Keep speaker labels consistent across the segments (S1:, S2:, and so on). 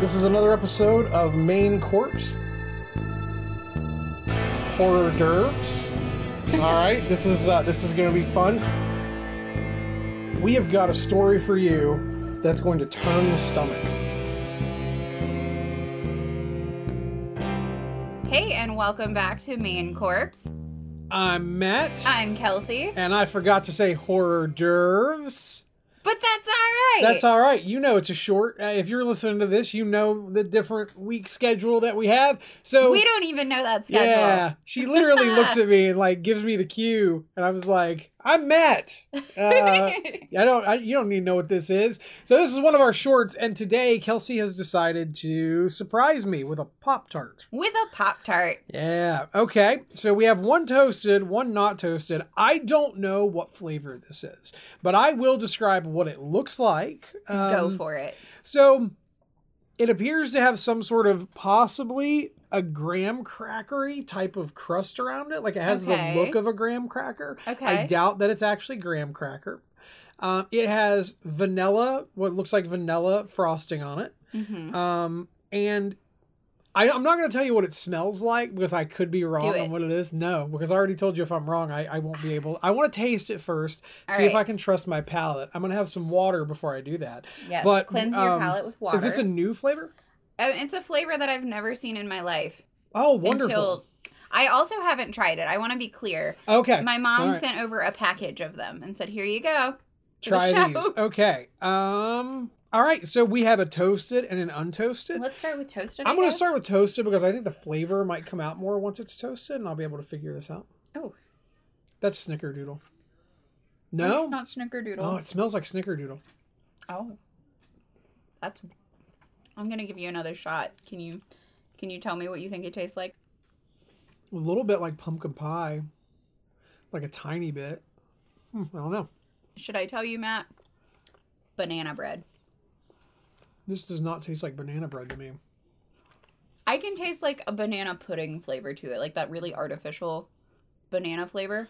S1: This is another episode of Main Corpse. Horror d'oeuvres. All right, this is uh, this is going to be fun. We have got a story for you that's going to turn the stomach.
S2: Hey, and welcome back to Main Corpse.
S1: I'm Matt,
S2: I'm Kelsey,
S1: and I forgot to say horror d'oeuvres.
S2: but that's all right.
S1: That's all right. You know it's a short. Uh, if you're listening to this, you know the different week schedule that we have. So
S2: We don't even know that schedule.
S1: Yeah, she literally looks at me and like gives me the cue, and I was like, "I'm Matt. Uh, I don't. I, you don't need to know what this is." So this is one of our shorts, and today Kelsey has decided to surprise me with a pop tart.
S2: With a Pop Tart.
S1: Yeah. Okay. So we have one toasted, one not toasted. I don't know what flavor this is, but I will describe what it looks like.
S2: Go
S1: Um,
S2: for it.
S1: so it appears to have some sort of possibly a graham crackery type of crust around it. Like it has
S2: Okay.
S1: the look of a graham cracker. I
S2: Okay.
S1: doubt that it's actually graham cracker. Um, it has vanilla, what looks like vanilla frosting on it.
S2: hmm
S1: Um, and I, I'm not going to tell you what it smells like because I could be wrong
S2: it.
S1: on what it is. No, because I already told you if I'm wrong, I, I won't be able. I want to taste it first,
S2: All
S1: see if I
S2: right.
S1: can trust my palate. I'm going to have some water before I do that.
S2: Yes.
S1: but,
S2: Cleanse your
S1: um,
S2: palate with water.
S1: Is this a new flavor?
S2: Um, it's a flavor that I've never seen in my life.
S1: Oh, wonderful.
S2: Until I also haven't tried it. I want to be clear.
S1: okay,
S2: My mom
S1: All right.
S2: sent over a package of them and said, "Here you go." for the
S1: try
S2: show.
S1: these. Okay. Um. All right. So we have a toasted and an untoasted.
S2: Let's start with toasted.
S1: I'm
S2: going
S1: going to start with toasted because I think the flavor might come out more once it's toasted, and I'll be able to figure this out.
S2: Oh.
S1: That's snickerdoodle. No.
S2: not snickerdoodle.
S1: Oh, it smells like snickerdoodle.
S2: Oh, that's. I'm gonna give you another shot. Can you, can you tell me what you think it tastes like?
S1: A little bit like pumpkin pie, like a tiny bit. Hmm, I don't know.
S2: Should I tell you, Matt? Banana bread.
S1: This does not taste like banana bread to me.
S2: I can taste like a banana pudding flavor to it, like that really artificial banana flavor.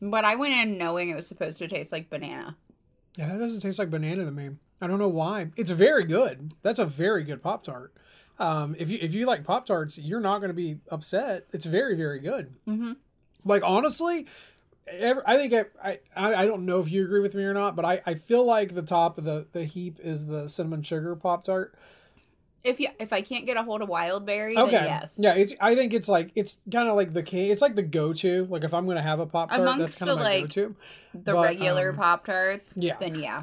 S2: But I went in knowing it was supposed to taste like banana.
S1: Yeah, that doesn't taste like banana to me. I don't know why. It's very good. That's a very good pop tart. Um, if you if you like pop tarts, you're not going to be upset. It's very very good.
S2: Mm-hmm.
S1: Like honestly, ev I think I, I I don't know if you agree with me or not, but I I feel like the top of the the heap is the cinnamon sugar pop tart.
S2: If you, if I can't get a hold of wild berry,
S1: Okay.
S2: then yes.
S1: Yeah, it's I think it's like it's kind of like the king. It's like the go to. Like if I'm going to have a pop tart, that's
S2: Amongst
S1: kind of
S2: the,
S1: my
S2: like,
S1: go to.
S2: The
S1: But,
S2: regular
S1: um,
S2: Pop Tarts,
S1: yeah.
S2: then yeah.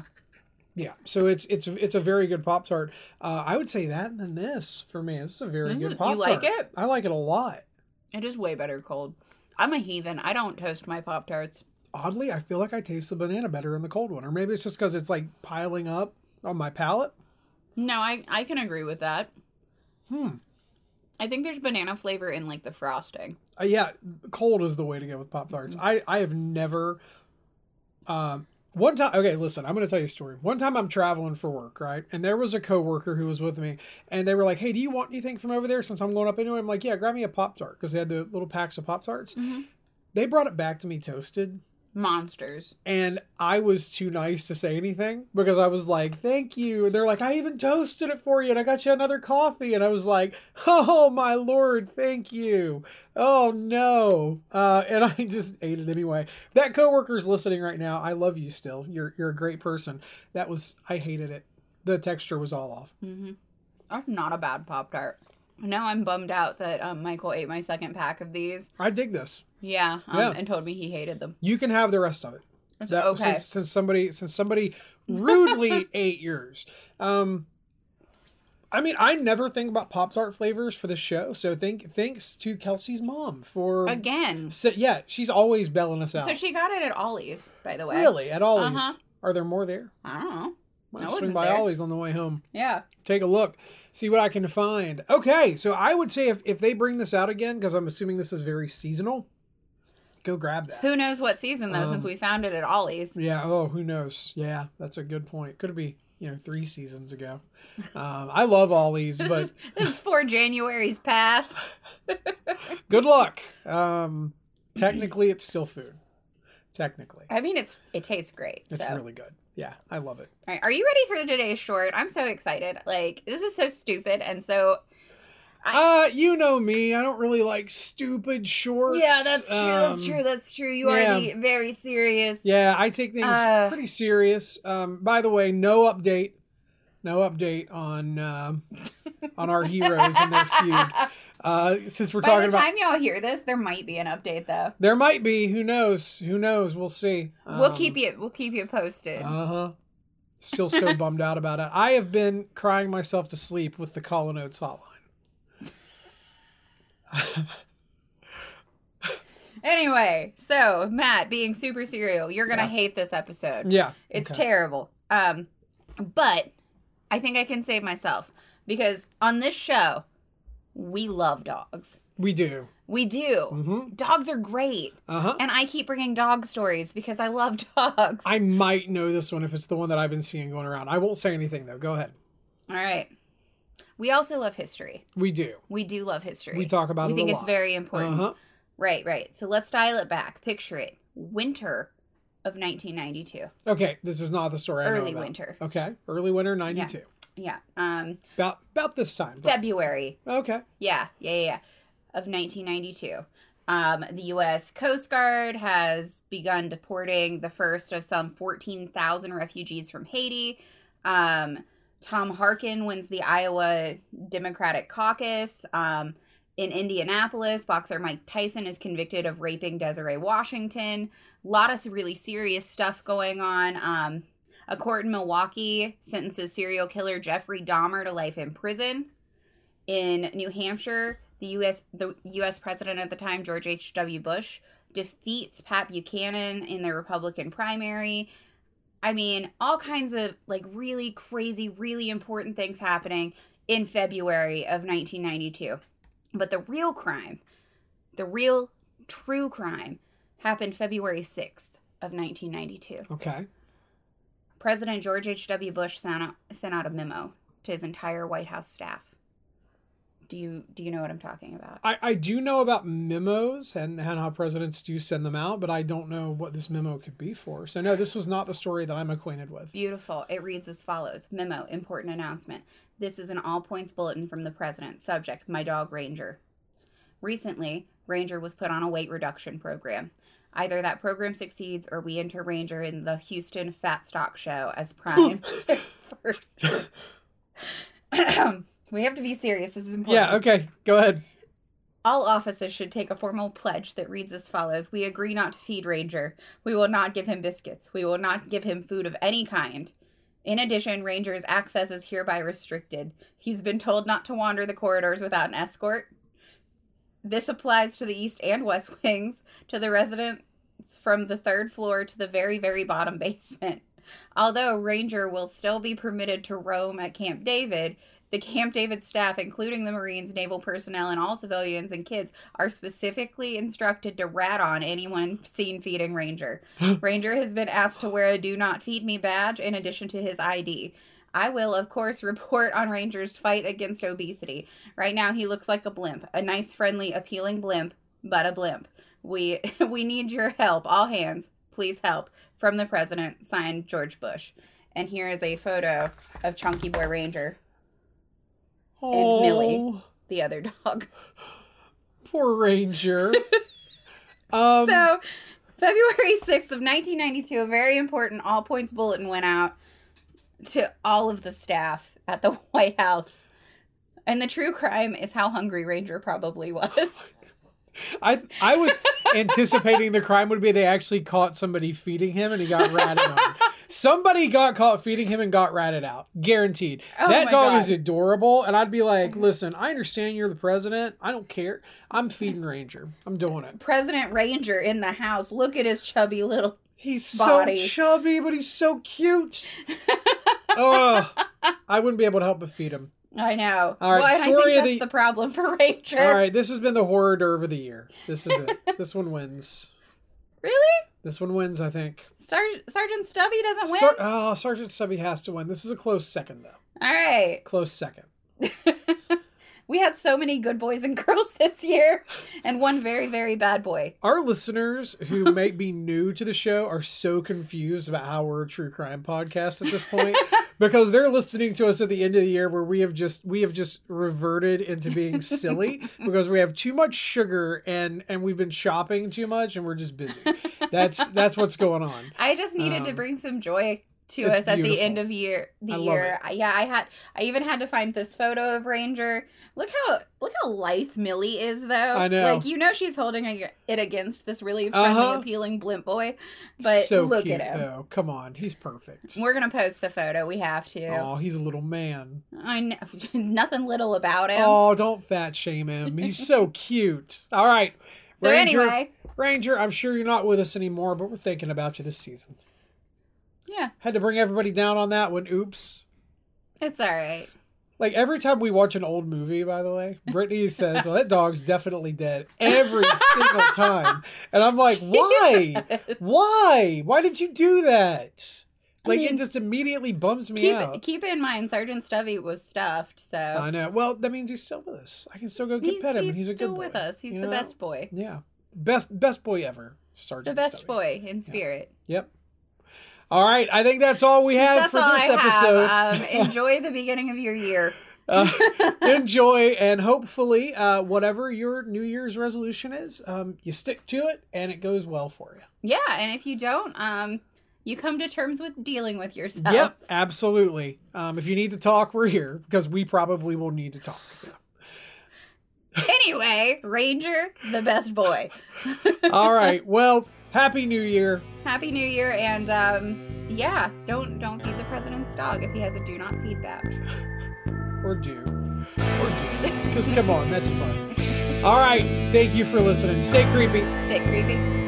S1: Yeah, so it's it's it's a very good pop tart. Uh, I would say that and then this for me. This is a very
S2: This
S1: good
S2: is-
S1: pop
S2: you
S1: tart.
S2: like it?
S1: I like it a lot.
S2: It is way better cold. I'm a heathen. I don't toast my Pop Tarts.
S1: Oddly, I feel like I taste the banana better in the cold one, or maybe it's just because it's like piling up on my palate.
S2: No, I, I can agree with that.
S1: Hmm.
S2: I think there's banana flavor in like the frosting.
S1: Uh, yeah, cold is the way to go with pop
S2: Mm-hmm.
S1: tarts. I I have never. Um, one time, okay, listen, I'm going to tell you a story. One time, I'm traveling for work, right, and there was a coworker who was with me, and they were like, "Hey, do you want anything from over there?" Since I'm going up anyway, I'm like, "Yeah, grab me a pop tart," because they had the little packs of pop tarts. They brought it back to me toasted,
S2: Monsters.
S1: and I was too nice to say anything because I was like, "Thank you." And they're like, "I even toasted it for you, and I got you another coffee." And I was like, "Oh my lord, thank you." Oh no, uh, and I just ate it anyway. If That coworker's listening right now. I love you still. You're you're a great person. That was I hated it. The texture was all off.
S2: Mm-hmm. That's not a bad Pop Tart. Now I'm bummed out that um, Michael ate my second pack of these.
S1: I dig this.
S2: Yeah, um,
S1: Yeah.
S2: and told me he hated them.
S1: You can have the rest of it.
S2: It's
S1: That,
S2: okay.
S1: Since, since somebody since somebody rudely ate yours. Um, I mean, I never think about Pop Tart flavors for the show. So thank thanks to Kelsey's mom for.
S2: Again.
S1: So, yeah, she's always belling us out.
S2: So she got it at Ollie's, by the way.
S1: really at Ollie's.
S2: Uh-huh.
S1: Are there more there?
S2: I don't know.
S1: Might
S2: I
S1: swing
S2: wasn't
S1: by
S2: there.
S1: Ollie's on the way home.
S2: Yeah.
S1: Take a look, see what I can find. Okay, so I would say if, if they bring this out again, because I'm assuming this is very seasonal, go grab that.
S2: Who knows what season though? since
S1: Um,
S2: we found it at Ollie's.
S1: Yeah. Oh, who knows? Yeah, that's a good point. Could be you know three seasons ago. Um, I love Ollie's,
S2: This
S1: but
S2: is this is for January's past.
S1: good luck. Um, technically, it's still food. Technically,
S2: I mean, it's it tastes great.
S1: it's
S2: so
S1: really good. Yeah, I love it.
S2: All right, are you ready for today's short? I'm so excited. Like this is so stupid and so
S1: uh, you know me. I don't really like stupid shorts.
S2: yeah, that's true. that's
S1: Um,
S2: true. That's true. You
S1: yeah.
S2: are the very serious.
S1: Yeah, I take things
S2: Uh.
S1: pretty serious. Um, by the way, no update, no update on um, on our heroes and their feud. Uh, since we're
S2: By
S1: talking
S2: the
S1: about,
S2: time y'all hear this, there might be an update though.
S1: there might be. Who knows? Who knows? We'll see.
S2: we'll keep you. We'll keep you posted.
S1: Um, Uh huh. Still so bummed out about it. I have been crying myself to sleep with the Colin Oates hotline.
S2: anyway, so Matt being super serial, you're gonna
S1: Yeah.
S2: hate this episode.
S1: yeah,
S2: It's
S1: okay.
S2: terrible. Um, but I think I can save myself because on this show, we love dogs.
S1: we do.
S2: We do.
S1: Mm-hmm.
S2: Dogs are great,
S1: Uh huh.
S2: and I keep bringing dog stories because I love dogs.
S1: I might know this one if it's the one that I've been seeing going around. I won't say anything though. Go ahead.
S2: All right. We also love history.
S1: We do.
S2: We do love history.
S1: We talk about
S2: We
S1: it
S2: think
S1: a
S2: it's
S1: lot.
S2: very important.
S1: Uh-huh.
S2: Right, right. So let's dial it back. Picture it: winter of 1992,
S1: Okay, this is not the story. I know
S2: early
S1: about.
S2: winter.
S1: Okay, early winter '92.
S2: Yeah. Um,
S1: About about this time. but-
S2: February
S1: okay.
S2: Yeah, yeah, yeah. yeah. Of 1992. Um, the U.S. Coast Guard has begun deporting the first of some 14,000 refugees from Haiti. Um, Tom Harkin wins the Iowa Democratic Caucus. Um, in Indianapolis, boxer Mike Tyson is convicted of raping Desiree Washington. A lot of really serious stuff going on. Um, a court in Milwaukee sentences serial killer Jeffrey Dahmer to life in prison in New Hampshire, the U.S. the U.S. president at the time, George H. W. Bush, defeats Pat Buchanan in the Republican primary. I mean, all kinds of like really crazy, really important things happening in February of 1992. But the real crime, the real true crime, happened February 6th of 1992.
S1: Okay.
S2: President George H.W. Bush sent out, sent out a memo to his entire White House staff. Do you do you know what I'm talking about?
S1: I, I do know about memos and, and how presidents do send them out, but I don't know what this memo could be for. So no, this was not the story that I'm acquainted with.
S2: Beautiful. It reads as follows Memo, important announcement. This is an all points bulletin from the president. Subject, my dog Ranger. Recently, Ranger was put on a weight reduction program. Either that program succeeds or we enter Ranger in the Houston Fat Stock Show as prime. we have to be serious. This is important.
S1: Yeah. Okay. Go ahead.
S2: All offices should take a formal pledge that reads as follows We agree not to feed Ranger. We will not give him biscuits. We will not give him food of any kind. In addition, Ranger's access is hereby restricted. He's been told not to wander the corridors without an escort. This applies to the east and west wings, to the residents from the third floor to the very, very bottom basement. Although Ranger will still be permitted to roam at Camp David, the Camp David staff, including the Marines, naval personnel, and all civilians and kids, are specifically instructed to rat on anyone seen feeding Ranger. Ranger has been asked to wear a Do Not Feed Me badge in addition to his ID. I will, of course, report on Ranger's fight against obesity. Right now, he looks like a blimp, a nice, friendly, appealing blimp, but a blimp. We we need your help, all hands. Please help. From the president, signed George Bush. And here is a photo of Chunky Boy Ranger
S1: Oh,
S2: Millie. the other dog.
S1: poor Ranger. um,
S2: so, February 6th of 1992, a very important all points bulletin went out to all of the staff at the White House. And the true crime is how hungry Ranger probably was. Oh
S1: I I was anticipating the crime would be they actually caught somebody feeding him and he got ratted on. Somebody got caught feeding him and got ratted out. Guaranteed.
S2: Oh
S1: that dog
S2: my God. Mm-hmm.
S1: is adorable. And I'd be like, listen, I understand you're the president. I don't care. I'm feeding Ranger. I'm doing it.
S2: President Ranger in the house. Look at his chubby little.
S1: He's so
S2: Body.
S1: chubby, but he's so cute. oh, I wouldn't be able to help but feed him.
S2: I know.
S1: All right,
S2: well, and I think
S1: story of
S2: that's
S1: the-
S2: the... problem for Ranger.
S1: All right, this has been the horror derv of the year. This is it. this one wins.
S2: Really?
S1: This one wins, I think.
S2: Sar- Sergeant Stubby doesn't win?
S1: Sar- oh, Sergeant Stubby has to win. This is a close second, though.
S2: all right.
S1: Close second.
S2: We had so many good boys and girls this year, and one very, very bad boy.
S1: Our listeners who may be new to the show are so confused about how we're a true crime podcast at this point because they're listening to us at the end of the year where we have just we have just reverted into being silly because we have too much sugar and and we've been shopping too much and we're just busy. That's that's what's going on.
S2: I just needed to
S1: Um,
S2: bring some joy to
S1: it's
S2: us at the end
S1: beautiful.
S2: of year the
S1: I love
S2: year. I- Yeah, I had I even had to find this photo of Ranger. Look how look how lithe Millie is though.
S1: I know.
S2: Like you know she's holding ag- it against this really friendly
S1: Uh-huh.
S2: appealing blimp boy. But
S1: so
S2: look
S1: cute,
S2: at him.
S1: Though. Come on, he's perfect.
S2: We're going to post the photo. We have to.
S1: Oh, he's a little man.
S2: I know nothing little about him.
S1: Oh, don't fat shame him. He's so cute. All right.
S2: so
S1: Ranger,
S2: anyway,
S1: Ranger, I'm sure you're not with us anymore, but we're thinking about you this season.
S2: yeah,
S1: Had to bring everybody down on that one. Oops.
S2: it's all right.
S1: Like every time we watch an old movie, by the way, Brittany says, "Well, that dog's definitely dead." Every single time, and I'm like, "Why? Why? Why did you do that?"
S2: I
S1: Like
S2: mean,
S1: it just immediately bums me
S2: keep
S1: out.
S2: keep in mind Sergeant Stubby was stuffed, so
S1: I know. Well, that means he's still with us. I can still go get
S2: he's,
S1: pet him. and
S2: he's
S1: He's a
S2: still
S1: good boy.
S2: with us. He's
S1: you
S2: the
S1: know?
S2: best boy.
S1: Yeah, best best boy ever.
S2: The
S1: Sergeant
S2: best
S1: Stubby.
S2: boy in spirit.
S1: Yep. All right, I think that's all we have
S2: That's
S1: for
S2: all
S1: this
S2: I
S1: episode.
S2: have. Um, enjoy the beginning of your year.
S1: Uh, enjoy and hopefully uh, whatever your new year's resolution is um, you stick to it and it goes well for you
S2: yeah, and if you don't, um, you come to terms with dealing with yourself.
S1: yep absolutely um, if you need to talk we're here because we probably will need to talk
S2: Anyway, Ranger, the best boy.
S1: all right well happy new year
S2: Happy New Year, and um, yeah, don't don't feed the president's dog if he has a do not feed badge.
S1: or do or do because come on that's fun all right thank you for listening stay creepy
S2: Stay creepy.